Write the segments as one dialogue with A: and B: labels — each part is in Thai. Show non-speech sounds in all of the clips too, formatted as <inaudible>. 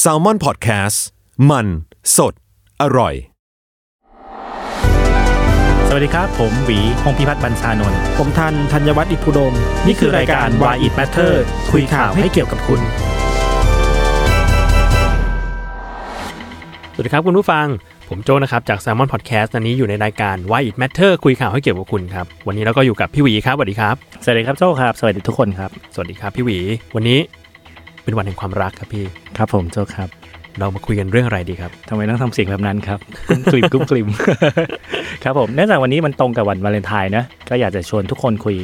A: แซลมอนพอดแคสต์มันสดอร่อย
B: สวัสดีครับ ผมหวีพงพิพัฒน์บรรชานนท์
C: ผมทันธัญวัฒน์อิพุดม
B: นี่คือรายการ Why It Matter คุยข่าวให้เกี่ยวกับคุณ สวัสดีครับคุณผู้ฟัง ผมโจนะครับ จาก Salmon Podcast ตอนนี้อยู่ในรายการ Why It Matter คุยข่าวให้เกี่ยวกับคุณครับ วันนี้เราก็อยู่กับพี่หวีครับสวัสดีครับ
D: สวัสดีครับโจ้ครับ สวัสดีทุกคนครับ
B: สวัสดีครับพี่หวี วันนี้เป็นวันแห่งความรักครับพี่
D: ครับผมโจ้ครับ
B: เรามาคุยกันเรื่องอะไรดีครับ
D: ทำไมต้องทำเสียงแบบนั้นครับ กลุ่มกลิ่มกลิ่ม <laughs> ครับผมเนื่องจากวันนี้มันตรงกับวันวาเลนไทน์นะก็อยากจะชวนทุกคนคุย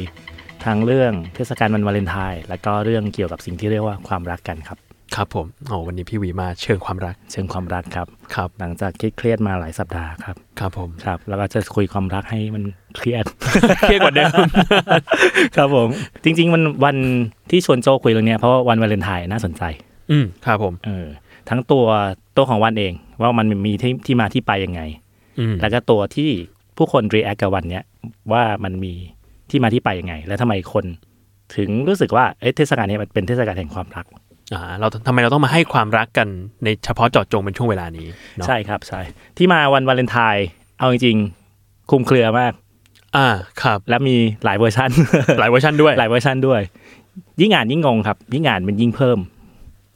D: ทั้งเรื่องเทศกาลวันวาเลนไทน์แล้วก็เรื่องเกี่ยวกับสิ่งที่เรียกว่าความรักกันครับ
B: ครับผมอ๋อวันนี้พี่หวีมาเชิงความรัก
D: เชิงความรักครับ
B: ครับ
D: หลังจากเครียดๆมาหลายสัปดาห์ครับ
B: ครับผม
D: ครับ แล้วก็จะคุยความรักให้มันเครียด <laughs>
B: เครียดก <laughs> ว่าเดิม
D: ครับผม จริงๆมันวันที่ชวนโจคุยเรื่องเนี้ยเพราะว่าวันวาเลนไทน์น่าสนใจ
B: อืมครับผม
D: เออทั้งตัวตัวของวันเองว่ามันมีที่ที่มาที่ไปยังไง
B: อืม
D: แล้วก็ตัวที่ผู้คนรีแอคกับวันเนี้ยว่ามันมีที่มาที่ไปยังไง และทำไมคน ถึงรู้สึกว่าเอ๊ะเทศกาลนี้มันเป็นเทศกาลแห่งความรัก
B: อ่าเราทำไมเราต้องมาให้ความรักกันในเฉพาะเจาะจงเป็นช่วงเวลานี้เนาะ
D: ใช่ครับใช่ที่มาวันวาเลนไทน์เอาจริงๆคลุมเครือมาก
B: อ่าครับ
D: และมีหลายเวอร์ชัน
B: หลายเวอร์ชันด้วย
D: หลายเวอร์ชันด้วย ยิ่งอ่านยิ่งงงครับ ยิ่งอ่านมันยิ่งเพิ่ม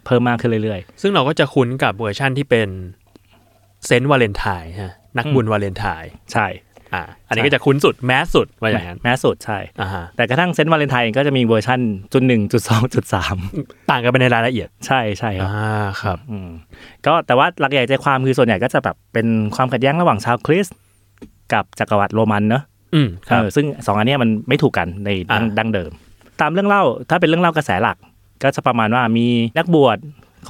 D: เพิ่มมากขึ้นเรื่อย
B: ซึ่งเราก็จะคุ้นกับเวอร์ชันที่เป็นเซนต์วาเลนไทน์ฮะนักบุญวาเลนไทน์
D: ๆ ใช่
B: อ่า อันนี้ก็จะคุ้นสุดแมสสุดว่าอย่างนั้น
D: แม้สุดใช่
B: อ่าฮะ
D: แต่กระทั่งเซนต์วาเลนไทน์เองก็จะมีเวอร์ชันจุดหนึ่งจุดสองจุดสาม
B: ต่างกันไปในรายละเอียด
D: ใช่ใช่ครับ
B: อ่าครับ
D: อืมก็แต่ว่าหลักใหญ่ใจความคือส่วนใหญ่ก็จะแบบเป็นความขัดแย้งระหว่างชาวคริสต์กับจักรวรรดิโรมันเนอะ
B: อืมครับ
D: เออซึ่งสองอันเนี้ยมันไม่ถูกกันในดั้ง
B: อ่า
D: ดั้งเดิม ตามเรื่องเล่าถ้าเป็นเรื่องเล่ากระแสหลัก ก็จะประมาณว่ามีนักบวช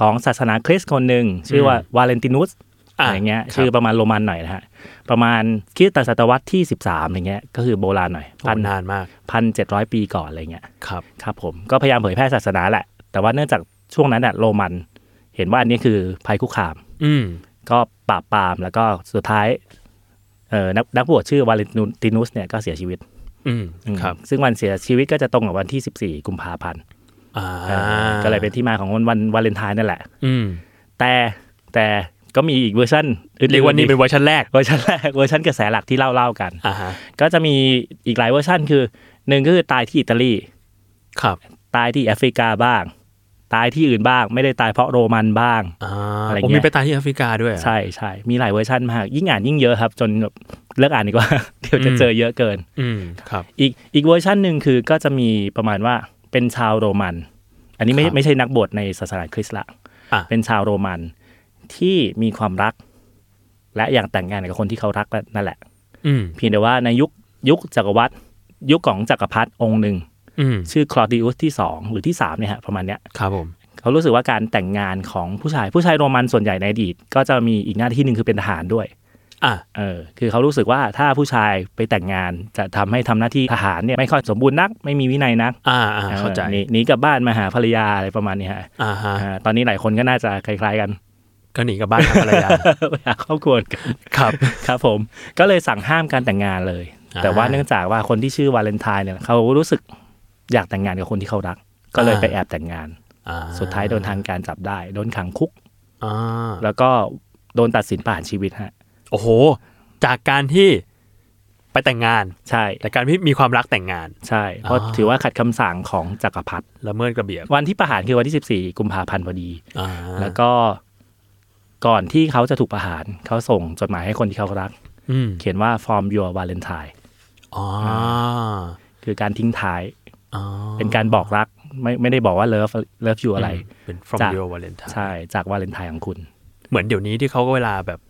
D: ของศาสนาคริสต์คนหนึ่งชื่อว่าวาเลนตินุสอะไรเงี้ยชื่อประมาณโรมันหน่อยนะฮะประมาณคริสตศตวรรษที่ 13อะไรเงี้ยก็คือโบราณหน่อย
B: พั
D: พั
B: น
D: น
B: นานมาก
D: พันเจ็ดร้อยปีก่อนอะไรเงี้ย
B: ครับ
D: ครับผมก็พยายามเผยแพร่ศาสนาแหละ แต่ว่าเนื่องจากช่วงนั้นน่ะโรมัน เห็นว่าอันนี้คือภัยคุกคาม
B: อืม
D: ก็ปราบปรามแล้วก็สุดท้ายเอ่อนักนักบวชชื่อวาเลนตินุสเนี่ยก็เสียชีวิต
B: อืม
D: อืม
B: ครับ
D: ซึ่งวันเสียชีวิตก็จะตรงกับวันที่ 14 กุมภาพันธ์
B: อ่า
D: เอ่อก็เลยเป็นที่มาของวันวันวาเลนไทน์นั่นแหละ
B: อืม
D: แต่แต่ก็มีอีกเวอร์ชันอื่นๆ
B: เรียกว่านี่เป็นเวอร์ชันแรก
D: เวอร์ชันแรกเวอร์ชันกระแสหลักที่เล่าเล่ากัน
B: อ่าฮะ
D: ก็จะมีอีกหลายเวอร์ชันคือหนึ่งก็คือตายที่อิตาลี
B: ครับ
D: ตายที่แอฟริกาบ้าง ตายที่อื่นบ้าง ไม่ได้ตายเพราะโรมันบ้าง
B: อ่า
D: อะไรเงี้ย
B: ผมมีไปตายที่แอฟริกาด้วยอะ
D: ใช่ใช่มีหลายเวอร์ชันมาก ยิ่งอ่านยิ่งเยอะครับ จนแบบเลิกอ่านดีกว่า <laughs> เดี๋ยวจะ
B: อืม
D: เจอเยอะเกิน
B: อืมครับ
D: อีกอีกเวอร์ชันหนึ่งคือก็จะมีประมาณว่าเป็นชาวโรมัน อันนี้ไม่
B: ครับ
D: ไม่ใช่นักบวชในศาสนาคริสต์ละ
B: อ่ะ
D: เป็นชาวโรมันที่มีความรัก และอยากแต่งงานกับคนที่เขารักนั่นแหละ
B: อืม
D: เพียงแต่ว่าในยุคยุคจักรวรรดิยุคของจักรพรรดิองค์หนึ่ง
B: อืม
D: ชื่อคลอดิอุสที่สองหรือที่สามเนี่ยฮะประมาณเนี้ย
B: ครับผม
D: เขารู้สึกว่าการแต่งงานของผู้ชายผู้ชายโรมันส่วนใหญ่ในอดีต ก็จะมีอีกหน้าที่หนึ่งคือเป็นทหารด้วย
B: อ่ะ
D: เออคือเขารู้สึกว่าถ้าผู้ชายไปแต่งงานจะทำให้ทำหน้าที่ทหารเนี่ยไม่ค่อยสมบูรณ์นัก ไม่มีวินัยนัก
B: อ่าอ่าเข้าใจ
D: ออหนีหนีกลับบ้านมาหาภรรยาอะไรประมาณนี้ฮะ
B: อ่าฮะ
D: อ่าตอนนี้หลายคนก็น่าจะคล้ายๆกัน
B: ก็หนีกลับบ้านทำอะไรยา
D: ไปหาครอบครัวกัน
B: ครับ
D: ครับผมก็เลยสั่งห้ามการแต่งงานเลย
B: อ่า
D: แต่ว่าเนื่องจากว่าคนที่ชื่อวาเลนไทน์เนี่ยเขารู้สึกอยากแต่งงานกับคนที่เขารัก ก็เลย
B: อ่า
D: ไปแอบแต่งงาน
B: อ่
D: สุดท้ายโดนทางการจับได้โดนขังคุก
B: อ่า
D: แล้วก็โดนตัดสินประหารชีวิตฮะ
B: โอ้โห จากการที่ไปแต่งงาน
D: ใช่
B: แต่การที่มีความรักแต่งงาน
D: ใช่เพราะ
B: อ่า
D: ถือว่าขัดคำสั่งของจักรพรรดิ
B: ละเมิดระเบียบ
D: วันที่ประหารคือวันที่ 14 กุมภาพันธ์พอดี
B: อ่า
D: แล้วก็ก่อนที่เขาจะถูกประหารเขาส่งจดหมายให้คนที่เขารัก
B: อืม
D: เขียนว่า from your valentine
B: อ๋อ
D: คือการทิ้งท้าย
B: อ๋อ
D: เป็นการบอกรักไม่ไม่ได้บอกว่า love love you อะไร
B: เป็น from
D: จาก
B: your Valentine
D: ใช่จากวาเลนไทน์ของคุณ
B: เหมือนเดี๋ยวนี้ที่เขาก็เวลาแบบ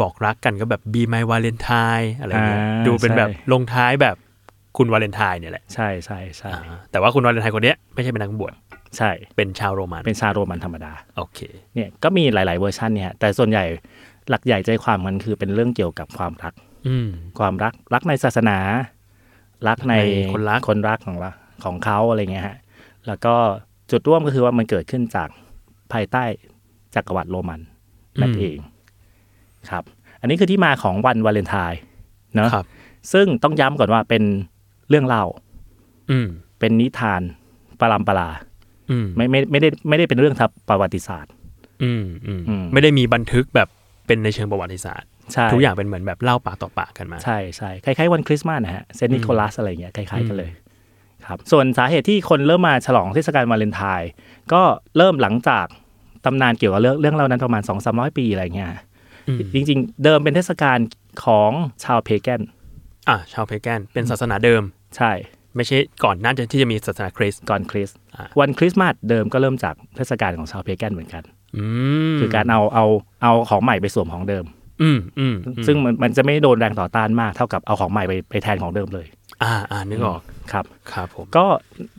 B: บอกรักกันก็แบบ be my Valentine อะไรเงี้ย
D: อ่า
B: ดูเป็นแบบ
D: ใช่
B: ลงท้ายแบบคุณวาเลนไทน์เนี่ยแหละ
D: ใช่ใช่ใช่
B: อ่าแต่ว่าคุณวาเลนไทน์คนเนี้ยไม่ใช่เป็นนักบวช
D: ใช่
B: เป็นชาวโรมัน
D: เป็นชาโรมันธรรมดา
B: โอเค
D: เนี่ยก็มีหลาย ๆ เวอร์ชันเนี่ยฮะแต่ส่วนใหญ่หลักใหญ่ใจความมันคือเป็นเรื่องเกี่ยวกับความรัก
B: อืม
D: ความรักรักในศาสนา รักใน
B: ในคนรัก
D: คนรักของเราของเขาอะไรเงี้ยฮะแล้วก็จุดร่วมก็คือว่ามันเกิดขึ้นจากภายใต้จักรวรรดิโรมันนั่นเองครับ อันนี้คือที่มาของวันวาเลนไทน์เนาะ
B: ครับ
D: ซึ่งต้องย้ำก่อนว่าเป็นเรื่องเล่า
B: อืม
D: เป็นนิทานปรามปรา
B: อืม
D: ไม่ไม่ไม่ได้ไม่ได้เป็นเรื่องทางประวัติศาสตร์
B: อืมอืม
D: อืม
B: ไม่ได้มีบันทึกแบบเป็นในเชิงประวัติศาสตร์
D: ใช่
B: ทุกอย่างเป็นเหมือนแบบเล่าปากต่อปากกันมา
D: ใช่ใช่คล้ายๆวันคริสต์มาสนะฮะเซนต์นิโคลัสอะไรอย่างเงี้ยคล้ายๆกันเลยครับส่วนสาเหตุที่คนเริ่มมาฉลองเทศกาลวาเลนไทน์ก็เริ่มหลังจากตำนานเกี่ยวกับเรื่องเรื่องเล่านั้นประมาณ2 3 0 0 ปีอะไรเงี้ย
B: อืม
D: จริง ๆ เดิมเป็นเทศกาลของชาวเพแกน
B: อ่ะชาวเพแกนเป็นศาสนาเดิม
D: ใช่
B: ไม่ใช่ก่อนหน่าจะที่จะมีศาสนาคริสต์
D: ก่อนคริสต์
B: อ่า
D: วันคริสต์มาสเดิมก็เริ่มจากเทศกาลของชาวเพแกนเหมือนกัน
B: อืม
D: คือการเอาเอาเอาของใหม่ไปสวมของเดิม
B: อืมอืมอืม
D: ซึ่งมันมันจะไม่โดนแรงต่อต้านมากเท่ากับเอาของใหม่ไปไปแทนของเดิมเลย
B: อ่าอ่านึกออก
D: ครับ
B: ครับผม
D: ก็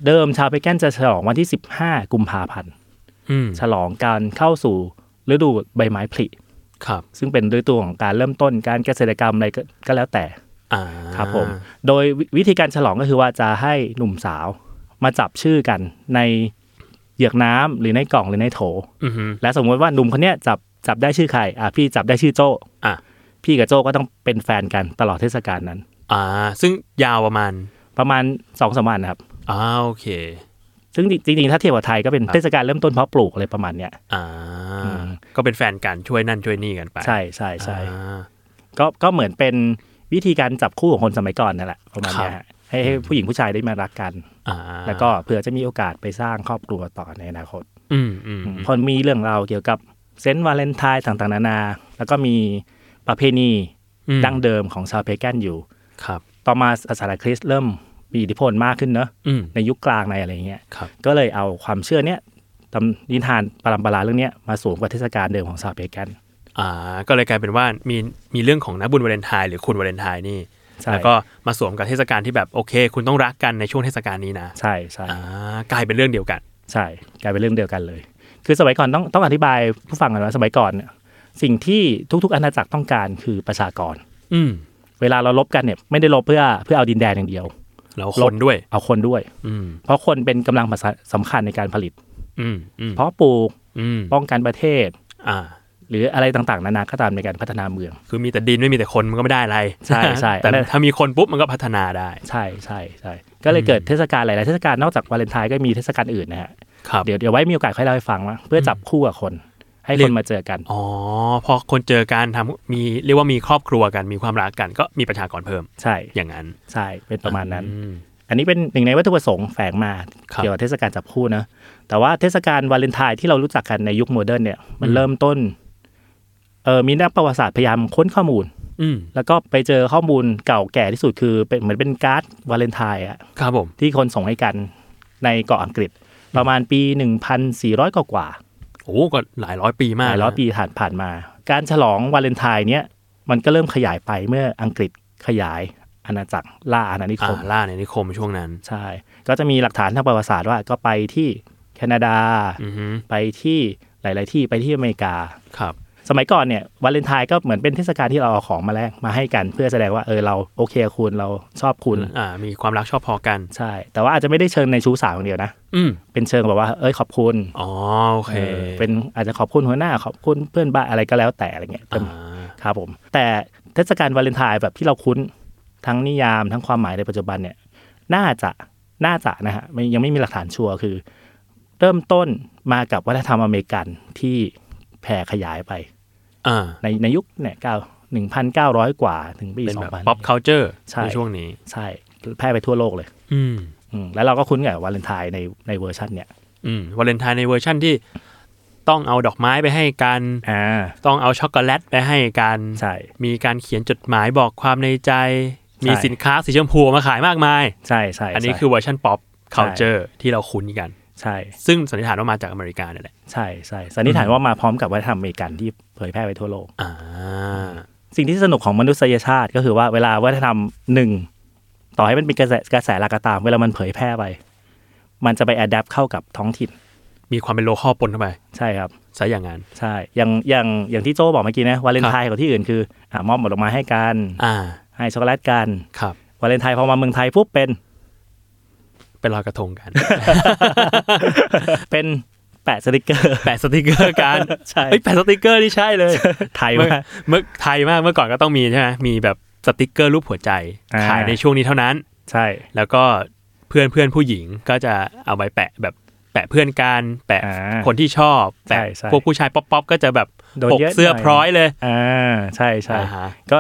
D: เดิมชาวเพแกนจะฉลองวันที่ 15 กุมภาพันธ์
B: อืม
D: ฉลองการเข้าสู่ฤดูใบไม้ผลิ
B: ครับ
D: ซึ่งเป็นฤดูของการเริ่มต้นการเกษตรกรรมอะไรก็ก็แล้วแต่
B: อ่า
D: ครับผม โดยวิวิธีการฉลองก็คือว่าจะให้หนุ่มสาวมาจับชื่อกันในเหยือกน้ำหรือในกล่องหรือในโถ
B: อือฮึ
D: และสมมติว่าหนุ่มคนเนี้ยจับจับได้ชื่อใครอ่ะพี่จับได้ชื่อโจ้
B: อ่ะ
D: พี่กับโจ้ก็ต้องเป็นแฟนกันตลอดเทศกาลนั้น
B: อ่า ซึ่งยาวประมาณ
D: ประมาณสองสามวันนะครับ
B: อ่าโอเค
D: ซึ่งจริงๆ ถ้าเทียบกับไทยก็เป็นเทศกาลเริ่มต้นเพาะปลูกอะไรประมาณเนี้ย
B: อ่า
D: อืม
B: ก็เป็นแฟนกันช่วยนั่นช่วยนี่กันไป
D: ใช่ใช่ใช่
B: อ่า
D: ก็ก็เหมือนเป็นวิธีการจับคู่ของคนสมัยก่อนนั่นแหละประมาณเนี้ย
B: ครับ
D: ฮะให้ให้ผู้หญิงผู้ชายได้มารักกัน
B: อ่า
D: แล้วก็เผื่อจะมีโอกาสไปสร้างครอบครัวต่อในอนาคต
B: อืมอืมอืม
D: พอมีเรื่องราวเกี่ยวกับเซนต์วาเลนไทน์ต่างๆ นานา แล้วก็มีประเพณี
B: อืม
D: ดั้งเดิมของชาวเพแกนอยู่
B: ครับ
D: ต่อมาศาสนาคริสต์เริ่มมีอิทธิพลมากขึ้นเนอะ
B: อืม
D: ในยุคกลางในอะไรอย่างเงี้ย
B: ครับ
D: ก็เลยเอาความเชื่อเนี้ยตำนิทานปรัมปราเรื่องเนี้ยมาสวมกับเทศกาลเดิมของชาวเพกัน
B: อ่า ก็เลยกลายเป็นว่ามีมีเรื่องของนักบุญวาเลนไทน์หรือคุณวาเลนไทน์นี่
D: ใช่
B: แล้วก็มาสวมกับเทศกาลที่แบบโอเค คุณต้องรักกันในช่วงเทศกาลนี้นะ
D: ใช่ใช่
B: อ่ากลายเป็นเรื่องเดียวกัน
D: ใช่กลายเป็นเรื่องเดียวกันเลย คือสมัยก่อนต้องต้องอธิบายผู้ฟังก่อนว่าสมัยก่อนเนี่ยสิ่งที่ทุกๆอาณาจักรต้องการคือประชากร
B: อืม
D: เวลาเราลบกันเนี่ยไม่ได้ลบเพื่อเพื่อเอาดินแดนอย่างเดียว
B: แล้วคนด้วย
D: เอาคนด้วย
B: อืม
D: เพราะคนเป็นกำลังสำคัญในการผลิต
B: อืมอืม
D: เพราะปลูก
B: อืม
D: ป้องกันประเทศ
B: อ่า
D: หรืออะไรต่างๆ นานาก็ตามในการพัฒนาเมือง
B: คือมีแต่ดินไม่มีแต่คนมันก็ไม่ได้อะไร
D: ใช่ใช่
B: แต่ถ้ามีคนปุ๊บมันก็พัฒนาได้
D: ใช่ใช่ใช่ก็เลยเกิดเทศกาลหลายๆเทศกาลนอกจากวาเลนไทน์ก็มีเทศกาลอื่นนะฮะ
B: ครับ
D: เดี๋ยวเดี๋ยวไว้มีโอกาสค่อยเล่าให้ฟังว่าเพื่อจับคู่กับคน ให้
B: เรี
D: ค
B: ย
D: น
B: ก
D: มาเจอกัน
B: อ๋อพอคนเจอการทำมีเรียกว่ามีครอบครัวกันมีความรักกันก็มีประชากรเพิ่ม
D: ใช่
B: อย่างนั้น
D: ใช่เป็นประมาณนั้น
B: อืม
D: อันนี้เป็นหนึ่งในวัตถุประสงค์แฝงมา
B: ครับ
D: เกี่ยวกับเทศกาลจับคู่นะแต่ว่าเทศกาลวาเลนไทน์ที่เรารู้จักกันในยุคโมเดิร์นเนี่ยมันเริ่มต้นเออมีนักประวัติศาสตร์พยายามค้นข้อมูล
B: อืม
D: แล้วก็ไปเจอข้อมูลเก่าแก่ที่สุดคือเป็นเหมือนเป็นการ์ดวาเลนไทน์อะ
B: ครับผม
D: ที่คนส่งให้กันในเกาะอังกฤษ ประมาณปี 1,400 กว่ากว่าๆ
B: โอ้ก็หลายร้อยปี
D: ห
B: มาก
D: ลายร้อยปีผ่านผ่านมา การฉลองวาเลนไทน์เนี้ยมันก็เริ่มขยายไปเมื่ออังกฤษขยายอาณาจักรล่าอาณานิค
B: อ่าม ล่าในนิคมช่วงนั้น
D: ใช่ ก็จะมีหลักฐานทางประวัติศาสตร์ว่าก็ไปที่แคนาดา
B: อือฮึ
D: ไปที่หลาย ๆ ที่ไปที่อเมริกา
B: ครับ
D: สมัยก่อนเนี่ยวาเลนไทน์ก็เหมือนเป็นเทศกาลที่เราเอาของมาแลกมาให้กัน เพื่อแสดงว่าเออเราโอเคกับคุณเราชอบคุณ
B: อ่า มีความรักชอบพอกัน
D: ใช่ แต่ว่าอาจจะไม่ได้เชิงในชู้สาวอย่างเดียวนะ
B: อืม
D: เป็นเชิงแบบว่าเอ้ยขอบคุณ
B: อ๋อโอเค
D: เออเป็นอาจจะขอบคุณหัวหน้าขอบคุณเพื่อนบ้านอะไรก็แล้วแต่อะไรเงี้ย
B: อ่า
D: ครับผมแต่เทศกาลวาเลนไทน์แบบที่เราคุ้นทั้งนิยามทั้งความหมายในปัจจุบันเนี่ยน่าจะน่าจะนะฮะไม่ยังไม่มีหลักฐานชัวร์คือ เริ่มต้นมากับวัฒนธรรมอเมริกันที่แผ่ขยายไป
B: อ่า
D: ในในยุคเนี่ยเก้าหนึ่งพันเก้าร้อยกว่าถึงปี
B: เป็น
D: สอ
B: แบบ
D: งพัน
B: pop culture
D: ใช่
B: ในช่วงนี้
D: ใช่ แพร่ไปทั่วโลกเลย
B: อืม
D: อืมแล้วเราก็คุ้นกับวาเลนไทน์ในในเวอร์ชันเนี่ย
B: อืมวาเลนไทน์ในเวอร์ชั่นที่ต้องเอาดอกไม้ไปให้กัน
D: อ่า
B: ต้องเอาช็อกโกแลตไปให้กัน
D: ใช่
B: มีการเขียนจดหมายบอกความในใจ มี
D: ใช่
B: สินค้าสีชมพูมาขายมากมาย
D: ใช่ใช่
B: อันนี้
D: ใช่
B: คือเวอร์ชันป๊อป culture ที่เราคุ้นกัน
D: ใช่
B: ซึ่งสันนิษฐานว่ามาจากอเมริกาเนี่ยแหละ
D: ใช่ใช่สันนิษฐานว่ามาพร้อมกับวัฒนธรรมอเมริกันที่เผยแพร่ไปทั่วโลก
B: อ่า
D: สิ่งที่สนุกของมนุษยชาติก็คือว่าเวลาวัฒนธรรมหนึ่งต่อให้มันเป็นกระแสกระแสหลักก็ตาม เวลามันเผยแพร่ไป มันจะไปอัดแอปเข้ากับท้องถิ่น
B: มีความเป็นโลคอลปนเข้าไป
D: ใช่ครับ
B: ซะอย่างนั้น
D: ใช่อย่างอย่างอย่างที่โจบอกเมื่อกี้นะวาเลนไทน์กับที่อื่นคืออ่ะมอบดอกไม้ให้กัน
B: อ่า
D: ให้ช็อกโกแลตกัน
B: ครับ
D: วาเลนไทน์พอมาเมืองไทยปุ๊บเป็น <laughs>
B: เป็นลอยกระทงกัน <laughs>
D: เป็นแปะสติกเกอร์ <laughs>
B: แปะสติกเกอร์กัน
D: ใช่
B: เฮ้ยแปะสติกเกอร์นี่ใช่เลย
D: ไทย
B: เมื่อ
D: มาก
B: เมื่อไทยมากเมื่อก่อนก็ต้องมีใช่ไหมมีแบบสติกเกอร์รูปหัวใจ
D: อ่า
B: ขายในช่วงนี้เท่านั้น
D: ใช่
B: แล้วก็เพื่อนเพื่อนผู้หญิงก็จะเอาไปแปะแบบ แปะเพื่อนกันแปะ
D: อ่า
B: คนที่ชอบแปะ
D: ใช่ใช่
B: พวกผู้ชายป๊อปๆก็จะแบบ
D: โดน
B: ปก
D: เยอะ
B: เสื้อ
D: หน่อย
B: พร้อยเลย
D: อ่าใช่ใช่
B: อ่าฮะ
D: ก็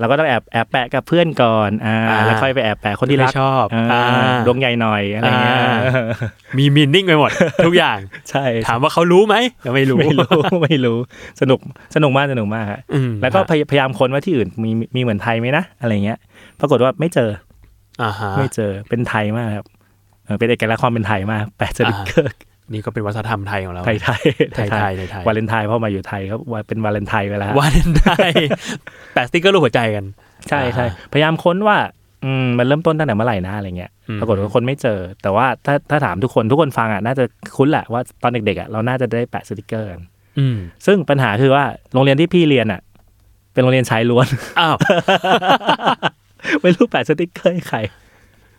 D: เราก็ต้องแอบแอบแปะกับเพื่อนก่อนอ่า
B: อ่า
D: แล้วค่อยไปแอบแปะคนที่รัก
B: ไม่ชอบ
D: อ่า
B: อ่า
D: ดวงใหญ่หน่อยอะไรเงี้ย
B: อ่า มีมินนิ่งไป
D: <laughs>
B: หมด ทุกอย่าง
D: ใช่
B: ถามว่าเขารู้ไหมก็ไม่รู้
D: ไม่รู้ <laughs> ไม่รู้สนุกสนุกมากสนุกมากฮะ
B: อืม
D: แล้วก็พยพยายามค้นว่าที่อื่นมีมีเหมือนไทยไหมนะ อะไรเงี้ย ปรากฏว่าไม่เจอ
B: อ่าฮะ
D: ไม่เจอเป็นไทยมากครับเออเป็นเอกลักษณ์ความเป็นไทยมาก แปะสติกเก <laughs> อร์
B: นี่ก็เป็นวัฒนธรรมไทยของเรา
D: ไทยไทย
B: ไทยไทยไทยว
D: าเลนไทน์พ่อมาอยู่ไทยครับว่าเป็นวาเลนไทน์ไปแล้วฮะ
B: วันไทย <laughs> แปะสติ๊กเกอร์รูปหัวใจกัน
D: ใช่ใช่
B: อ่
D: พยายามค้นว่าอืมมันเริ่มต้นตั้งแต่เมื่อไหร่นะอะไรเงี้ย
B: อืม
D: ปรากฏว่าคนไม่เจอ แต่ว่าถ้าถ้าถามทุกคนทุกคนฟังอ่ะน่าจะคุ้นแหละว่าตอนเด็กๆอ่ะเราน่าจะได้แปะสติกเกอร์กัน
B: อืม
D: ซึ่งปัญหาคือว่าโรงเรียนที่พี่เรียนอ่ะ เป็นโรงเรียนชายล้วน <laughs>
B: อ้าว
D: ไม่รู้แปะสติกเกอร์ให้ใคร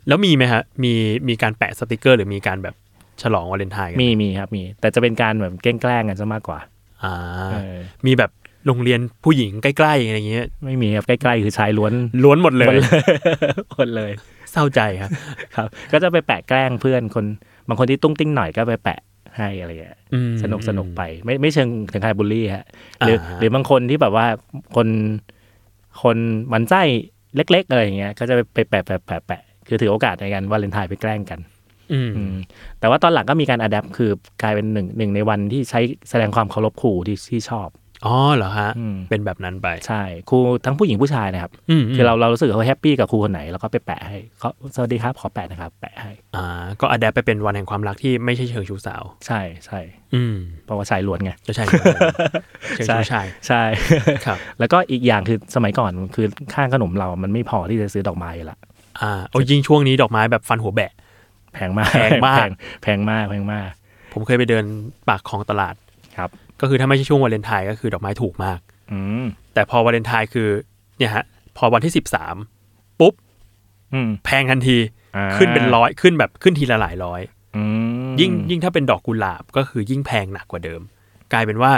B: แล้วมีไหมฮะมีมีการแปะสติ๊กเกอร์หรือมีการแบบฉลองวาเลนไทน์กัน
D: มีมีครับมี แต่จะเป็นการแบบแกล้งๆกันซะมากกว่า
B: อ่า
D: เออ
B: มีแบบโรงเรียนผู้หญิงใกล้ๆอะไรอย่างเงี้ย
D: ไม่มีครับใกล้ๆคือชาย <laughs> ล้วน
B: ล้วนหมดเลย
D: หมดเลย <laughs>
B: เศร้าใจครับ
D: ครับ ก็จะไปแปะแกล้งเพื่อนคนบางคนที่ตุ้งติ้งหน่อยก็ไปแปะให้อะไรอย่างเงี้ย
B: อืม
D: สนุกสนุกไป ไม่ไม่เชิงถึงใครบูลลี่ฮะหรือ
B: อ่าฮะ
D: หรือบางคนที่แบบว่าคนคนหมันไส้เล็ก ๆ อะไรอย่างเงี้ยก็จะไปแปะแปะแปะแปะคือถือโอกาสในการวาเลนไทน์ไปแกล้งกัน
B: อืม
D: อืมแต่ว่าตอนหลังก็มีการอัดแอปคือกลายเป็นหนึ่งหนึ่งในวันที่ใช้แสดงความเคารพครูที่ที่ชอบ
B: อ๋อเหรอฮะ
D: อืม
B: เป็นแบบนั้นไป
D: ใช่ครูทั้งผู้หญิงผู้ชายนะครับ
B: อืม
D: คือเราเรารู้สึกว่าแฮปปี้กับครูคนไหนแล้วก็ไปแปะให้เขาสวัสดีครับขอแปะนะครับ แปะให้
B: อ่า ก็อัดแอไปเป็นวันแห่งความรักที่ไม่ใช่เชิงชู้สาว
D: ใช่ใช่
B: อืม
D: เพราะว่าชายล้วนไง
B: ก็ใช่ เชิงชู้ชาย
D: <laughs> ใช่
B: ครับ
D: <laughs> แล้วก็อีกอย่างคือสมัยก่อนคือค่าขนมเรามันไม่พอที่จะซื้อดอกไม้อยู่ละ
B: อ่าเอายิ่งช่วงนี้ดอกไม้แบบฟันหัวแบะ
D: แพงมาก
B: แพงมาก
D: แพงมากแพงมาก
B: ผมเคยไปเดินปากของตลาด
D: ครับ
B: ก็คือถ้าไม่ใช่ช่วงวาเลนไทน์ก็คือดอกไม้ถูกมาก
D: อืม
B: แต่พอวาเลนไทน์คือเนี่ยฮะ พอวันที่สิบสามปุ๊บ
D: อืม
B: แพงทันที
D: อ่า
B: ขึ้นเป็นร้อยขึ้นแบบขึ้นทีละหลายร้อย
D: อืม
B: ยิ่งยิ่งถ้าเป็นดอกกุหลาบก็คือยิ่งแพงหนักกว่าเดิม กลายเป็นว่า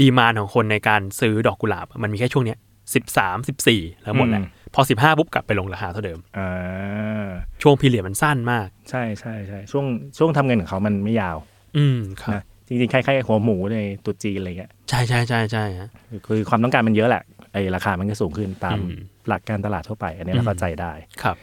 B: ดีมานของคนในการซื้อดอกกุหลาบ มันมีแค่ช่วงเนี้ยสิบสามสิบสี่แล้วหมดแหละพอสิบห้าปุ๊บกลับไปลงราคาเท่าเดิม
D: อ่า
B: ช่วงพีเรียดมันสั้นมาก
D: ใช่ใช่ใช่ช่วงช่วงทำเงินของเขามันไม่ยาว
B: อืมครับ
D: นะจริงๆคล้ายๆหัวหมูในตุรกีอะไรเงี้ย
B: ใช่ใช่ใช่ใช่ฮะ
D: คือความต้องการมันเยอะแหละไอ้ราคามันก็สูงขึ้นตาม
B: อืม
D: หลักการตลาดทั่วไป อันนี้
B: อืม
D: เราเข้าใจได้
B: ครับ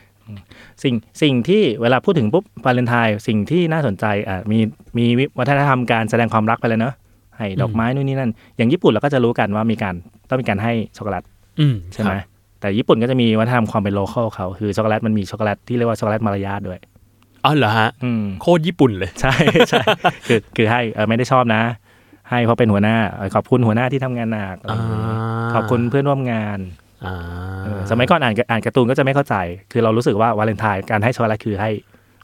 D: สิ่งสิ่งที่เวลาพูดถึงปุ๊บวาเลนไทน์สิ่งที่น่าสนใจอ่ะมีมีวัฒนธรรมการแสดงความรักไปแล้วเนอะให้ดอกไม้นู่นนี่นั่น อย่างญี่ปุ่นเราก็จะรู้กันว่ามีการต้องมีการให้ช็อกโกแลต
B: อืม
D: ใช่ไหม
B: ครับ
D: แต่ญี่ปุ่นก็จะมีวัฒนธรรมความเป็นโลเคอลเขาคือช็อกโกแลตมันมีช็อกโกแลตที่เรียกว่าช็อกโกแลตมารยาทด้วย
B: อ๋อเหรอฮะ
D: อืม
B: โคตรญี่ปุ่นเลย
D: ใช่ <laughs> ใช่คือคือให้เออไม่ได้ชอบนะ ให้เพราะเป็นหัวหน้าเออขอบคุณหัวหน้าที่ทำงานหนักอะไรอย่างงี้
B: อ่า
D: ขอบคุณเพื่อนร่วมงาน
B: อ่า
D: เออสมัยก่อนอ่านอ่านการ์ตูนก็จะไม่เข้าใจ คือเรารู้สึกว่าวาเลนไทน์การให้ช็อกโกแลตคือให้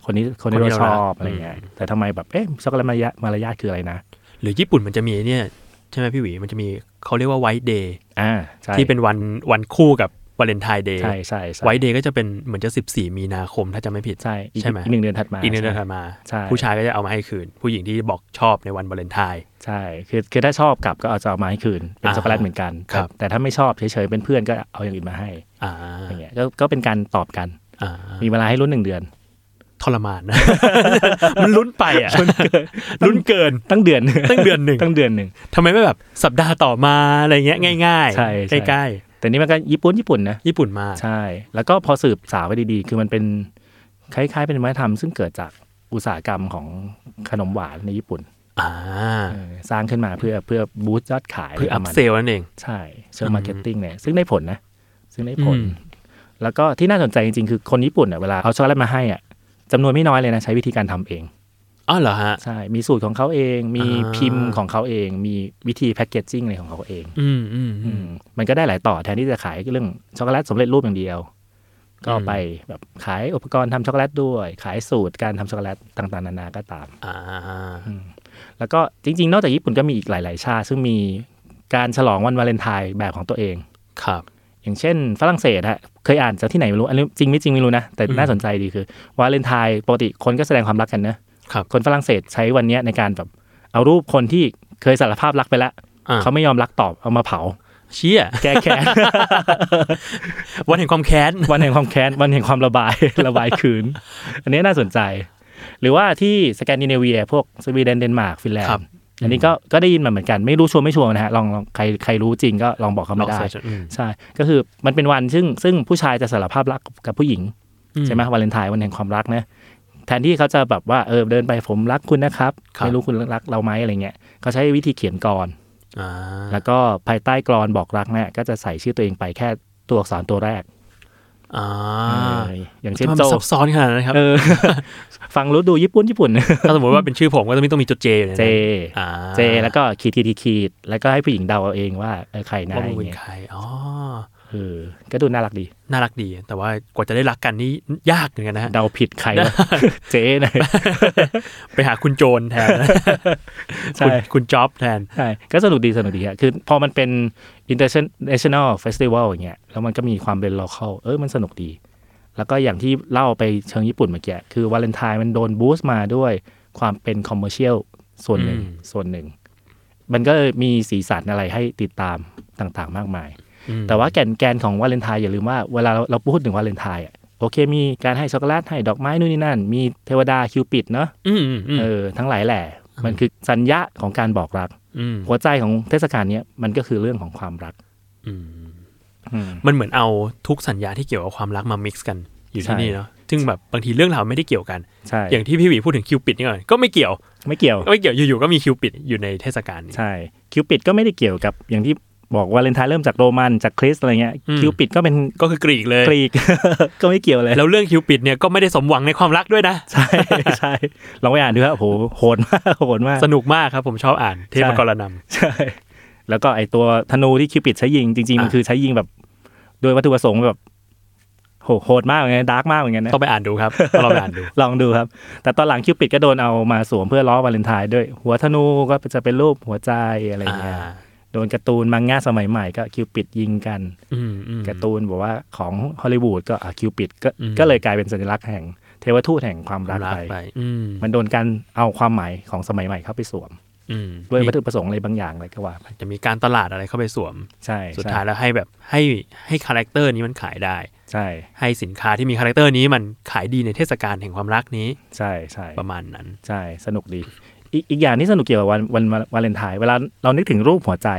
D: คนนี้คนที่เราชอบอะไรเงี้ย แต่ทำไมแบบ เอ๊ะช็อกโกแลตมารยามารยาทคืออะไรนะ
B: หรือญี่ปุ่นมันจะมีเนี่ย ใช่ไหมพี่หวีมันจะมีเขาเรียกว่าไวท์เดย์
D: อ่า ใช่
B: ที่เป็นวันวันคู่กับวาเลนไทน์เดย์
D: ใช่ใช่ใช่
B: ไวท์เดย์ก็จะเป็นเหมือนจะ 14 มีนาคมถ้าจะไม่ผิด
D: ใช่อีก
B: ใช่ไหม
D: อีกหนึ่งเดือนถัดมา
B: อีกหนึ่งเดือนถัดมา
D: ใช่
B: ผู้ชายก็จะเอามาให้คืน ผู้หญิงที่บอกชอบในวันวาเลนไทน์
D: ใช่คือคือถ้าชอบกลับก็เอาจะเอามาให้คืน เป็น
B: อ่า
D: ช็อกโกแลตเหมือนกัน
B: ครับ
D: แต่แต่ถ้าไม่ชอบเฉยๆเป็นเพื่อนก็เอาอย่างอื่นมาให้
B: อ่า
D: อย่างเงี้ยก็ก็เป็นการตอบกัน
B: อ่า
D: มีเวลาให้รุ่นหนึ่งเดือน
B: ทรมาน <laughs> นะ มันลุ้นไปอ่ะลุ้นเกิน
D: ตั้งเดือน
B: ตั้งเดือนหนึ่ง
D: ตั้งเดือนหนึ่ง
B: ทำไมไม่แบบสัปดาห์ต่อมาอะไรเงี้ยง่าย
D: ใช่
B: ๆ
D: ใช่
B: ใกล้
D: แต่นี่มันก็ญี่ปุ่นญี่ปุ่นนะ
B: ๆญี่ปุ่นมาก
D: ใช่ แล้วก็พอสืบสาวไปดีๆ คือมันเป็นคล้ายๆ เป็นวัฒนธรรมซึ่งเกิดจากอุตสาหกรรมของขนมหวานในญี่ปุ่น
B: อ่า
D: เออสร้างขึ้นมาเพื่อเพื่อบูสต์ยอดขาย
B: เพื่ออัพ
D: ประมาณ
B: เซลนั่นเอง
D: ใช่ เชิงมาร์เก็ตติ้งเนี่ย ซึ่งได้ผลนะ ซึ่งได้ผล
B: อืม
D: แล้วก็ที่น่าสนใจจริงๆ คือคนญี่ปุ่นอ่ะเวลาเอาช็อกโกแลตมาให้อ่ะจำนวนไม่น้อยเลยนะ ใช้วิธีการทำเอง
B: อ๋อเหรอฮะ
D: ใช่ มีสูตรของเขาเอง มี
B: อ่า
D: พิมพ์ของเขาเอง มีวิธีแพคเกจจิ้งอะไรของเขาเอง
B: อืมอืม
D: อื
B: อืม
D: มมันก็ได้หลายต่อแทนที่จะขายเรื่องช็อกโกแลตสำเร็จรูปอย่างเดียว ก็
B: อืม
D: ไปแบบขายอุปกรณ์ทำช็อกโกแลตด้วย ขายสูตรการทำช็อกโกแลตต่างๆนานาก็ตาม
B: อ่า
D: แล้วก็จริง ๆ นอกจากญี่ปุ่นก็มีอีกหลาย ๆ ชาติ ซึ่งมีการฉลองวันวาเลนไทน์แบบของตัวเอง
B: ครับ
D: อย่างเช่น ฝรั่งเศสฮะเคยอ่านจากที่ไหนไม่รู้อันนี้จริงไม่จริงไม่รู้นะ แต่น่าสนใจดีคือวาเลนไทน์ปกติคนก็แสดงความรักกันนะครับ คนฝรั่งเศสใช้วันเนี้ยในการแบบเอารูปคนที่เคยสารภาพรักไปแล้ว
B: อ่า
D: เขาไม่ยอมรักตอบเอามาเผา
B: เชี่ย
D: แก้แค้น
B: วันแห่งความแค้น
D: <laughs> วันแห่งความแค้น วันแห่งความระบาย ระบายคืน อันนี้น่าสนใจ หรือว่าที่สแกนดิเนเวีย พวกสวีเดนเดนมาร์กฟินแลน
B: ครับ
D: ด์อันนี้ก็ก็ได้ยินมาเหมือนกันไม่รู้ชัวร์ไม่ชัวร์นะฮะลองลองใครใครรู้จริงก็ลองบอกเขา
B: ล
D: มา
B: อง
D: ได้
B: เสิร์ชอืม
D: ใช่ ก็คือมันเป็นวันซึ่งซึ่งผู้ชายจะสารภาพรักกับผู้หญิง ใช่ไหมวาเลนไทน์วันแห่งความรักนะแทนที่เขาจะแบบว่าเออเดินไปผมรักคุณนะครับ
B: ครับ
D: ไม่รู้คุณรักเราไหมอะไรเงี้ยเขาใช้วิธีเขียนกรอน
B: อ่า
D: แล้วก็ภายใต้กรอนบอกรักเนี่ยก็จะใส่ชื่อตัวเองไปแค่ตัวอักษรตัวแรก
B: อ่า
D: เอออย่าง
B: ทำ
D: เช่น
B: ไมมัน
D: โจ
B: ซับซ้อนขนาดนั้นนะครับ
D: เออ <laughs> ฟังรู้ดูญี่ปุ่น
B: <laughs>
D: ญี่ปุ่น
B: ถ้าสมมติว่าเป็นชื่อผมก็จะไม่ต้องมีจุดเจอยู่ในนั้น
D: เจ
B: อ่า
D: เจแล้วก็ขีดขีดขีดขีดแล้วก็ให้ผู้หญิงเดาเอาเองว่าเออใครนะ
B: ว่า
D: อะ
B: มึ
D: ไรง
B: เป็น
D: เงี้ย
B: ใครอ๋อ
D: เออก็ดูน่ารัก
B: <laughs>
D: ดี
B: น่ารักดี แต่ว่ากว่าจะได้รักกันนี่ยากเหมือนกันนะฮะ
D: เดาผิดใคร
B: <laughs>
D: วะ เจไหน
B: ไปหาคุณโจรแทนนะ
D: <laughs> ใช่
B: คุณคุณจ็อบแทน
D: ใช่ก็สนุกดีสนุกดีอะคือพอมันเป็น international festival อย่างเงี้ยแล้วมันก็มีความเป็น local เออมันสนุกดี แล้วก็อย่างที่เล่าไปเชิงญี่ปุ่นเมื่อกี้คือวาเลนไทน์มันโดนบูสต์มาด้วยความเป็น commercial ส่วนหนึ่ง
B: อืม
D: ส่วนหนึ่ง มันก็มีสีสันอะไรให้ติดตามต่างๆ มากมาย
B: อืม
D: แต่ว่าแก่นแกนของวาเลนไทน์อย่าลืมว่าเวลาเราเราพูดถึงวาเลนไทน์อะโอเค มีการให้ช็อกโกแลตให้ดอกไม้นู่นนี่นั่น มีเทวดาคิวปิดเนาะ
B: อืมอืมอืม
D: เออทั้งหลายแหล่มันคือสัญญาของการบอกรัก
B: อืม
D: หัวใจของเทศกาลเนี้ยมันก็คือเรื่องของความรัก
B: อืมมันเหมือนเอาทุกสัญญาที่เกี่ยวกับความรักมา mix กันอยู่ที่
D: ใช่
B: นี่เนาะซึ่งแบบบางทีเรื่องราวไม่ได้เกี่ยวกัน
D: ใช่
B: อย่างที่พี่หวีพูดถึงคิวปิดนี่ก่อนก็ไม่เกี่ยว
D: ไม่เกี่ยว
B: ไม่เกี่ยวอยู่ๆก็มีคิวปิดอยู่ในเทศกาลนี้
D: ใช่คิวปิดก็ไม่ได้เกี่ยวกับ อย่างที่บอกวาเลนไทน์เริ่มจากโรมันจากคริสต์อะไรเงี้ย
B: อืม
D: คิวปิดก็เป็น
B: ก็คือกรีกเลย
D: กรีก <laughs> ก็ไม่เกี่ยวเลย
B: แล้วเรื่องคิวปิดเนี่ยก็ไม่ได้สมหวังในความรักด้วยนะ
D: ใช่ใช่ลองไปอ่านดูครับโหโหดมากโหดมาก
B: สนุกมากครับผมชอบอ่านเทพ
D: ใช่
B: กรน
D: ใช่แล้วก็ไอตัวธนูที่คิวปิดใช้ยิงจริง ๆ มัน
B: อ่ะ
D: คือใช้ยิงแบบ โดยวัตถุประสงค์แบบโหโหดมากเหมือนกันดาร์กมากเหมือนกันนะ
B: ำต้องไปอ่านดู
D: <laughs>
B: ครับต้องลองไปอ่านดู
D: ลองดูครับ แต่ตอนหลังคิวปิดก็โดนเอามาสวมเพื่อล้อวาเลนไทน์ด้วย หัวธนูก็จะเป็นรูปหัวใจอะไรอย่างเงี้ย
B: อ่า
D: โดนการ์ตูนมังงะสมัยใหม่ก็คิวปิดยิงกัน
B: อืมอืม
D: การ์ตูนบอกว่าของฮอลลีวูดก็อ่ะคิวปิดก็
B: อืม
D: ก็เลยกลายเป็นสัญลักษณ์แห่งเทวทูตแห่งความรัก
B: รัก
D: ไป
B: ไป อืม
D: มันโดนการเอาความหมายของสมัยใหม่เข้าไปสวม
B: อืม
D: ด้วยวัตถุประสงค์อะไรบางอย่างอะไรก็ว่าไป
B: จะมีการตลาดอะไรเข้าไปสวม
D: ใช่
B: สุด
D: ใช่
B: ท้ายแล้วให้แบบให้ให้คาแรคเตอร์นี้มันขายได้
D: ใช่
B: ให้สินค้าที่มีคาแรคเตอร์นี้มันขายดีในเทศกาลแห่งความรักนี้
D: ใช่ใช่
B: ประมาณนั้น
D: ใช่สนุกดี อีกอีกอย่างที่สนุกเกี่ยวกับวันวันวาเลนไทน์เวลาเรานึกถึงรูปหัวใจ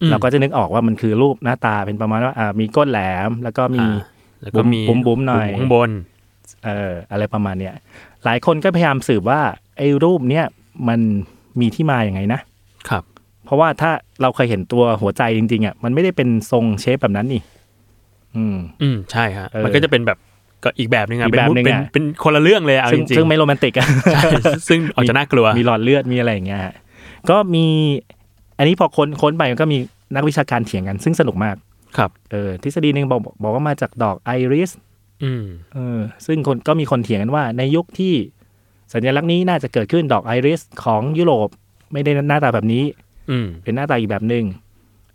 B: อืม
D: เราก็จะนึกออกว่ามันคือรูปหน้าตาเป็นประมาณว่าอ่ามีก้นแหลมแล้วก็มี
B: อ่าแล้วก็มี
D: บุ๋มบุ๋มหน่อย
B: ข้างบน
D: เอออะไรประมาณเนี้ยหลายคนก็พยายามสืบว่าไอ้รูปเนี้ยมันมีที่มาอย่างไงนะ
B: ครับ
D: เพราะว่าถ้าเราเคยเห็นตัวหัวใจจริงๆอ่ะมันไม่ได้เป็นทรงเชฟแบบนั้นนี่ อืม
B: อืมใช่ฮะ
D: เออ
B: มันก็จะเป็นแบบก็อีกแบบหนึงอะ
D: อีกแบบหนึ่ง
B: เป็น
D: อะ
B: มุกเป็นเป็นคนละเรื่องเลยอะเอา
D: ซึ่ง
B: จริง
D: ซึ่งไม่โรแมนติกอ่ะ
B: ๆใช่ <laughs> ซึ่งออกจะน่ากลัว
D: มีหลอดเลือดมีอะไรอย่างเงี้ยฮะก็มี อันนี้พอค้นค้นไปมันก็มีนักวิชาการเถียงกัน ซึ่งสนุกมาก
B: ครับ
D: เออทฤษฎีหนึ่งบอกบอกว่ามาจากดอกไอริส
B: อืม
D: เออซึ่งคนก็มีคนเถียงกันว่าในยุคที่สัญลักษณ์นี้น่าจะเกิดขึ้นดอกไอริสของยุโรปไม่ได้หน้าตาแบบนี้
B: อืม
D: เป็นหน้าตาอีกแบบหนึ่ง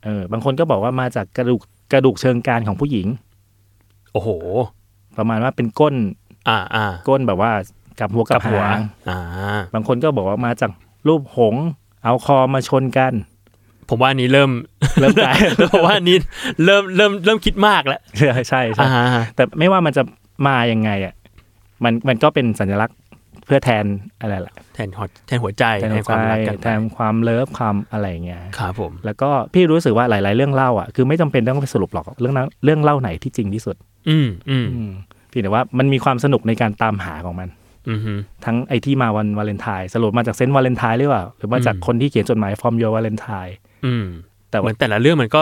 D: เออบางคนก็บอกว่ามาจากกระดูกกระดูกเชิงกรานของผู้หญิง
B: โอ้โห
D: ประมาณว่าเป็นก้น
B: อ่าอ่า
D: ก้นแบบว่ากับหัวกับหาง
B: อ่า
D: บางคนก็บอกว่ามาจากรูปหงส์เอาคอมาชน
B: <laughs>
D: กัน
B: ผมว่าอันนี้เริ่ม
D: เริ่มกลาย
B: <laughs> เพราะว่าอันนี้เริ่มเริ่มเริ่มคิดมากแล้ว
D: <laughs> ใช่ใช่ใช่
B: อ่าฮะ
D: แต่ไม่ว่ามันจะมายังไงอ่ะมันมันก็เป็นสัญลักษณ์เพื่อแทนอะไรล่ะ
B: แทนหัวแทนหัวใจแทนความรักกัน
D: แทนความเลิฟความอะไรอย่างเงี้ย
B: ครับผม
D: แล้วก็พี่รู้สึกว่าหลาย ๆ เรื่องเล่าอ่ะคือไม่จำเป็นต้องไปสรุปหรอกเรื่องนั้นเรื่องเล่าไหนที่จริงที่สุด
B: อืมอืม
D: เพี่แต่ว่ามันมีความสนุกในการตามหาของมัน
B: อืมฮึ
D: ทั้งไอที่มาวันวาเลนไทน์สรุปมาจากเซนต์วาเลนไทน์หรือเปล่าหรือมาจาก
B: อืม
D: คนที่เขียนจดหมายฟอร์มโยวาเลนไทน์
B: อืม
D: แต่
B: แต่
D: ว่า
B: เหมือนแต่ละเรื่องมันก็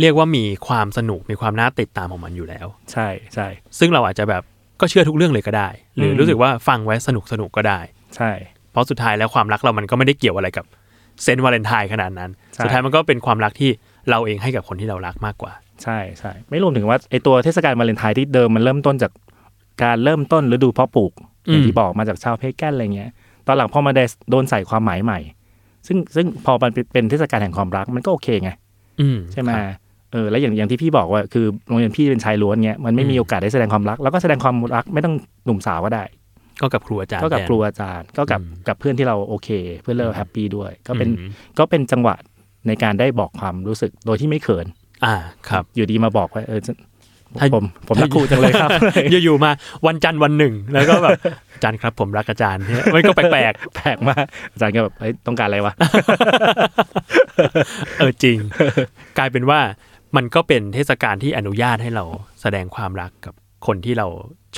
B: เรียกว่ามีความสนุกมีความน่าติดตามของมันอยู่แล้ว
D: ใช่ใช่
B: ซึ่งเราอาจจะแบบก็เชื่อทุกเรื่องเลยก็ได้ หรืออ
D: ม
B: รู้สึกว่าฟังไว้สนุกสนุกก็ได้
D: ใช่
B: เพราะสุดท้ายแล้วความรักเรามันก็ไม่ได้เกี่ยวอะไรกับเซนต์วาเลนไทน์ขนาดนั้น สุดท้ายมันก็เป็นความรักที่เราเองให้กับคนที่เรารักมากกว่า
D: ใช่ใช่ไม่รวมถึงว่าไอตัวเทศกาลวาเลนไทน์ที่เดิมมันเริ่มต้นจากการเริ่มต้นฤดูเพาะปลูกอย่างที่บอกมาจากชาวเพแกนอะไรเงี้ยตอนหลังพอมาได้โดนใส่ความหมายใหม่ ซึ่งซึ่งพอมันเป็นเทศกาลแห่งความรักมันก็โอเคไง
B: อืม
D: ใช่ไหม
B: ครับ
D: เออ แล้วอย่างอย่างที่พี่บอกว่าคือโรงเรียนพี่เป็นชายล้วนเงี้ยมันไม่
B: อื
D: มี
B: ม
D: โอกาสได้แสดงความรัก แล้วก็แสดงความรักไม่ต้องหนุ่มสาวก็ได้
B: ก็กับครูอาจารย์
D: ก็กับ
B: แทน
D: ครูอาจารย์ ก็กับ
B: อืม
D: กับเพื่อนที่เราโอเค เพื่อนเราแฮปปี้ด้วย ก็เป็น
B: อืม
D: ก็เป็นจังหวะในการได้บอกความรู้สึกโดยที่ไม่เขิน
B: อ่าครับ
D: อยู่ดีมาบอกว่าเออจะ
B: ถ้า
D: ผมผม
B: ถ้า
D: รักครูจังเลยครับ
B: <laughs> อยู่ๆมาวันจันทร์วันหนึ่ง แล้วก็แบบ อาจารย์ครับผมรักอาจารย์เนี่ยมันก็แปลก
D: <laughs> แปลกมากอาจารย์ก็แบบเฮ้ยต้องการอะไรวะ
B: ๆ <laughs> เออจริง กลายเป็นว่ามันก็เป็นเทศกาลที่อนุญาตให้เราแสดงความรักกับคนที่เรา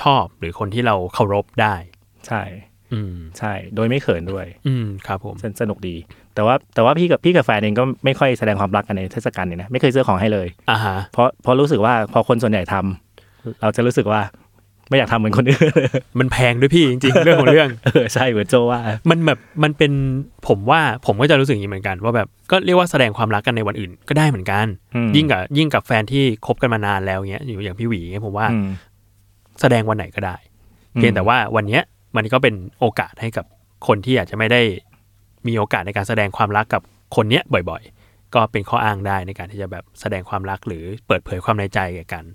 B: ชอบหรือคนที่เราเคารพได้
D: ใช่
B: อืม
D: ใช่โดยไม่เขินด้วย
B: อืมครับผม
D: สนสนุกดี แต่ว่าแต่ว่าพี่กับพี่กับแฟนเองก็ไม่ค่อยแสดงความรักกันในเทศกาลนี้นะไม่เคยซื้อของให้เลย
B: อ่าฮะ
D: เพราะเพราะรู้สึกว่าพอคนส่วนใหญ่ทำเราจะรู้สึกว่าไม่อยากทำเหมือนคน <laughs> อื่น
B: มันแพงด้วยพี่จริงๆ เรื่องของเรื่อง
D: เออใช่เหมือนโจว่า
B: มันแบบมันเป็นผมว่าผมก็จะรู้สึกอย่างนี้เหมือนกัน ว่าแบบก็เรียกว่าแสดงความรักกันในวันอื่นก็ได้เหมือนกัน
D: อืม
B: ยิ่งกับยิ่งกับแฟนที่คบกันมานานแล้วเงี้ยอยู่อย่างพี่หวีเงี้ยผมว่า
D: อืม
B: แสดงวันไหนก็ได้ เพียงแต่ว่าวันเนี้ยมันก็เป็นโอกาสให้กับคนที่อาจจะไม่ได้มีโอกาสในการแสดงความรักกับคนเนี้ยบ่อยๆ ก็เป็นข้ออ้างได้ในการที่จะแบบแสดงความรักหรือเปิดเผยความในใจแก่กัน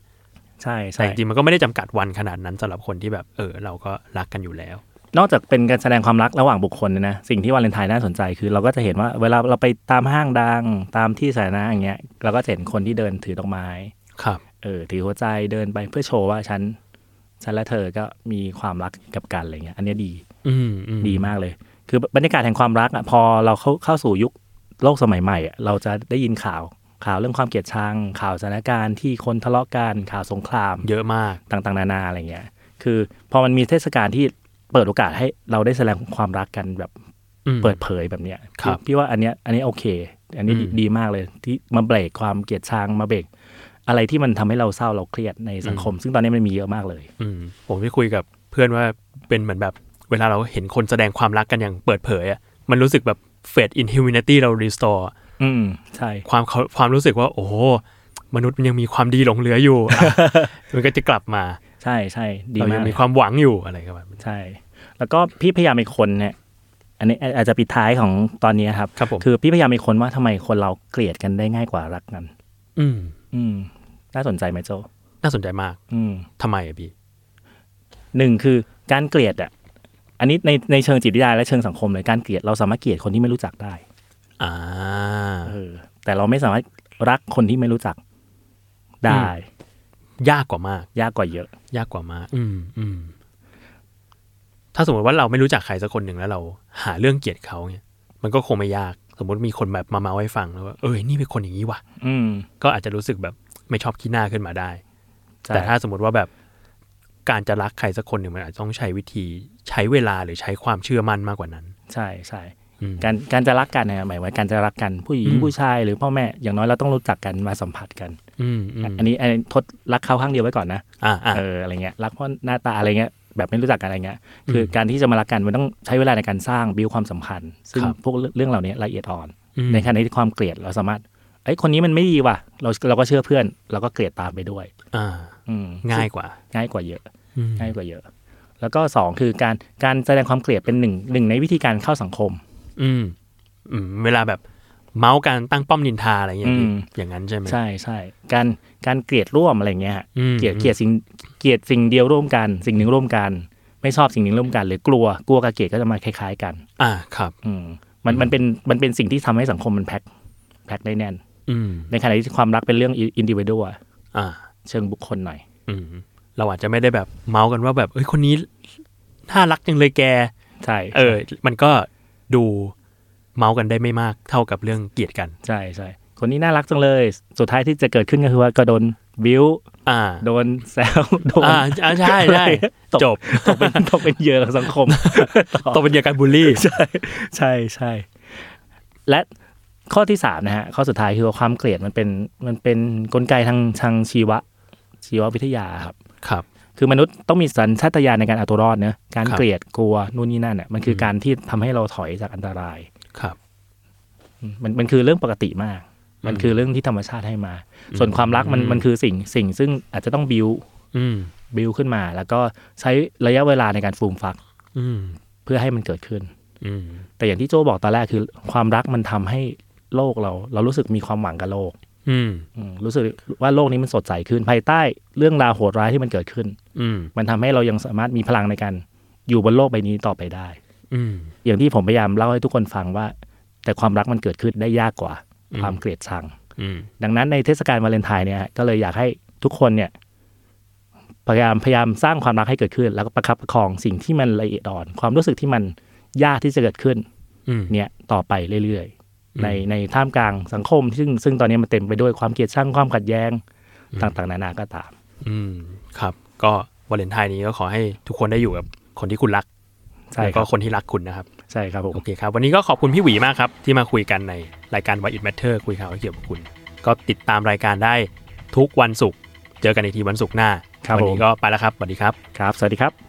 D: ใช่
B: แต่
D: ใช่
B: จริงๆมันก็ไม่ได้จำกัดวันขนาดนั้นสำหรับคนที่แบบเออเราก็รักกันอยู่แล้ว
D: นอกจากเป็นการแสดงความรักระหว่างบุคคลเนยนะสิ่งที่วาเลนไทน์น่าสนใจคือเราก็จะเห็นว่าเวลาเราไปตามห้างดังตามที่สาธารณะอย่างเงี้ยเราก็จะเห็นคนที่เดินถือดอกไม้
B: ครับ
D: เออถือหัวใจเดินไปเพื่อโชว์ว่าฉันฉันและเธอก็มีความรักกับกันอะไรเงี้ยอันเนี้ยดี
B: อืมอืม
D: ดีมากเลย คือบรรยากาศแห่งความรักอ่ะพอเราเข้าเข้าสู่ยุคโลกสมัยใหม่อะเราจะได้ยินข่าวข่าวเรื่องความเกลียดชังข่าวสถานการณ์ที่คนทะเลาะกันข่าวสงคราม
B: เยอะมาก
D: ต่างๆ นานาอะไรเงี้ย คือพอมันมีเทศกาลที่เปิดโอกาสให้เราได้แสดงความรักกันแบบ
B: อืม
D: เปิดเผยแบบเนี้ย
B: ครับ
D: พี่พี่ว่าอันเนี้ยอันนี้โอเค อันนี้ดี
B: อืม
D: ดีมากเลยที่มาเบรกความเกลียดชังมาเบรกอะไรที่มันทำให้เราเศร้าเราเครียดในสังคม ซึ่งตอนนี้มันมีเยอะมากเลย
B: อืมผมไปคุยกับเพื่อนว่าเป็นเหมือนแบบเวลาเราเห็นคนแสดงความรักกันอย่างเปิดเผยอ่ะมันรู้สึกแบบเฟดอินฮิวินิตี้เรารีสตอร์
D: อืมใช่
B: ความเขาความรู้สึกว่า โอ้โหมนุษย์มันยังมีความดีหลงเหลืออยู่ <laughs> อ่ะ มันก็จะกลับมา
D: ใช่ใช่ดี
B: เรา
D: มา
B: ยั
D: ก
B: งมีความหวังอยู่อะไรกันแบบนี้
D: ใช่ แล้วก็พี่พยายามไปคนเนี่ยอันนี้อาจจะปิดท้ายของตอนนี้ครับ
B: ครับผม
D: คือพี่พยายามไปคนว่าทำไมคนเราเกลียดกันได้ง่ายกว่ารักกัน
B: อืม
D: อืมน่าสนใจไหมโจ
B: น่าสนใจมาก
D: อืม
B: ทำไมอะพี่
D: หนึ่งคือการเกลียดอ่ะ อันนี้ในในเชิงจิตวิทยาและเชิงสังคมเลยการเกลียดเราสามารถเกลียดคนที่ไม่รู้จักได้
B: อ่า
D: เออ แต่เราไม่สามารถรักคนที่ไม่รู้จักได้
B: อื ยากกว่ามาก
D: ยากกว่าเยอะ
B: ยากกว่ามาก อืมอืมถ้าสมมติว่าเราไม่รู้จักใครสักคนหนึ่งแล้วเราหาเรื่องเกลียดเขาเนี่ย มันก็คงไม่ยาก สมมติมีคนแบบมาเมาให้ฟังแล้วว่า เอ้ย นี่เป็นคนอย่างนี้ว่ะ
D: อืม
B: ก็อาจจะรู้สึกแบบไม่ชอบขี้หน้าขึ้นมาได้
D: ใช่
B: แต่ถ้าสมมติว่าแบบการจะรักใครสักคนหนึ่งมันอาจจะต้องใช้วิธีใช้เวลาหรือใช้ความเชื่อมั่นมากกว่านั้น
D: ใช่ใช่
B: อืม
D: การการจะรักกันเนี่ยหมายว่าการจะรักกันผู้หญิง
B: อืม
D: ผู้ชายหรือพ่อแม่อย่างน้อยเราต้องรู้จักกันมาสัมผัสกัน
B: อืมอืม
D: อันนี้อันนี้ทดรักเขาข้างเดียวไว้ก่อนนะ
B: อ่าอ่า
D: เอออะไรเงี้ยรักเพราะหน้าตาอะไรเงี้ยแบบไม่รู้จักกันอะไรเงี้ยคืออ
B: ม
D: การที่จะมารักกันมันต้องใช้เวลาในการสร้างบิวความสัมพันธ์ซึ่ง
B: ครับ
D: พวกเรื่องเหล่านี้ละเอียดอ่อน
B: อืม
D: ในขณะที่ความเกลียดเราสามารถไอ้ยคนนี้มันไม่ดีว่ะ เราเราก็เชื่อเพื่อน เราก็เกลียดตามไปด้วย
B: อ่า
D: อืม
B: ง่ายกว่า
D: ง่ายกว่าเยอะ
B: อืม
D: ง่ายกว่าเยอะ แล้วก็สองคือการการแสดงความเกลียดเป็นหนึ่งหนึ่งในวิธีการเข้าสังคม
B: อืมอืมเวลาแบบเมาส์กันตั้งป้อมนินทาอะไรอย่างเงี้ยพี่
D: อืม
B: อย่างนั้นใช่ไหม
D: ใช่ใช่การการเกลียดร่วมอะไรเงี้ยฮะ
B: อืม
D: เกลียดเกลียดสิ่งเกลียดสิ่งเดียวร่วมกัน สิ่งหนึ่งร่วมกัน ไม่ชอบสิ่งหนึ่งร่วมกัน หรือกลัวกลัวกับเกลียดก็จะมาคล้าย ๆ กัน
B: อ่าครับ
D: อืมมันมันเป็นมันเป็นสิ่งที่ทำให้สังคมมันแพ็คแพ็คได้แน่น
B: อืม
D: ในขณะที่ความรักเป็นเรื่องอินดิวดอะ
B: อ่า
D: เชิงบุคคลหน่อย
B: อืม เราอาจจะไม่ได้แบบเมาส์กันว่าแบบเอ้ยคนนี้น่ารักจังเลยแก
D: ใช่
B: เออ มันก็ดูเมาส์กันได้ไม่มากเท่ากับเรื่องเกลียดกัน
D: ใช่ใช่คนนี้น่ารักจังเลย สุดท้ายที่จะเกิดขึ้นก็คือว่าก็โดนบิ้ว
B: อ่า
D: โดนแซวโดน
B: อ่าอ่าใช่ใช่จบ
D: ตกเป็นตกเป็นเหยื่อของสังคม <laughs>
B: ตกเป็นเหยื่อการบูลลี่
D: ใช่ใช่ใช่และข้อที่สามนะฮะข้อสุดท้ายคือว่าความเกลียดมันเป็นมันเป็นกลไกทางทางชีวะ ชีววิทยาครับ
B: ครับ
D: คือมนุษย์ต้องมีสัญชาตญาณในการเอาตัวรอดเนอะการ
B: ครับ
D: เกลียดกลัวนู่นนี่นั่นเนี่ยมันคือการที่ทำให้เราถอยจากอันตราย
B: ครับ
D: มันมันคือเรื่องปกติมาก มันคือเรื่องที่ธรรมชาติให้มา ส่วนความรักมัน
B: อืม
D: มันคือสิ่งสิ่งซึ่งอาจจะต้องบิว
B: อืม
D: บิวขึ้นมา แล้วก็ใช้ระยะเวลาในการฟูมฟัก
B: อืม
D: เพื่อให้มันเกิดขึ้น
B: อืม
D: แต่อย่างที่โจบอกตอนแรกคือ ความรักมันทำให้โลกเรา เรารู้สึกมีความหวังกับโลก
B: อืม
D: อืมรู้สึกว่าโลกนี้มันสดใสขึ้นภายใต้เรื่องราวโหดร้ายที่มันเกิดขึ้น
B: อืม
D: มันทำให้เรายังสามารถมีพลังในการอยู่บนโลกใบนี้ต่อไปได้
B: อืม
D: อย่างที่ผมพยายามเล่าให้ทุกคนฟังว่า แต่ความรักมันเกิดขึ้นได้ยากกว่า ความเกลียดชัง
B: อืม
D: ดังนั้นในเทศกาลวาเลนไทน์เนี่ยฮะก็เลยอยากให้ทุกคนเนี่ย พยายามพยายามสร้างความรักให้เกิดขึ้น แล้วก็ประคับประคองสิ่งที่มันละเอียดอ่อน ความรู้สึกที่มันยากที่จะเกิดขึ้น
B: อืม
D: เนี่ยต่อไปเรื่อย
B: อืม
D: ๆ ในในท่ามกลางสังคม ซึ่งซึ่งตอนนี้มันเต็มไปด้วยความเกลียดชังความขัดแย้งต่างๆ นานาก็ตาม
B: อืมครับ ก็วาเลนไทน์นี้ก็ขอให้ทุกคนได้อยู่กับคนที่คุณรัก
D: ใช่
B: แล้ว
D: ค
B: ก็
D: รับ
B: คนที่รักคุณนะครับ
D: ใช่ครับผม
B: โอเคครับ วันนี้ก็ขอบคุณพี่หวีมากครับ ที่มาคุยกันในรายการ Why It Matter คุยข่าวให้เกี่ยวกับคุณ ก็ติดตามรายการได้ทุกวันศุกร์เจอกันในทีวันศุกร์หน้า
D: ครับ
B: วั
D: ผม
B: นี้ก็ไปแล้วครับสวัสดีครับ
D: ครับ สวัสดีครับ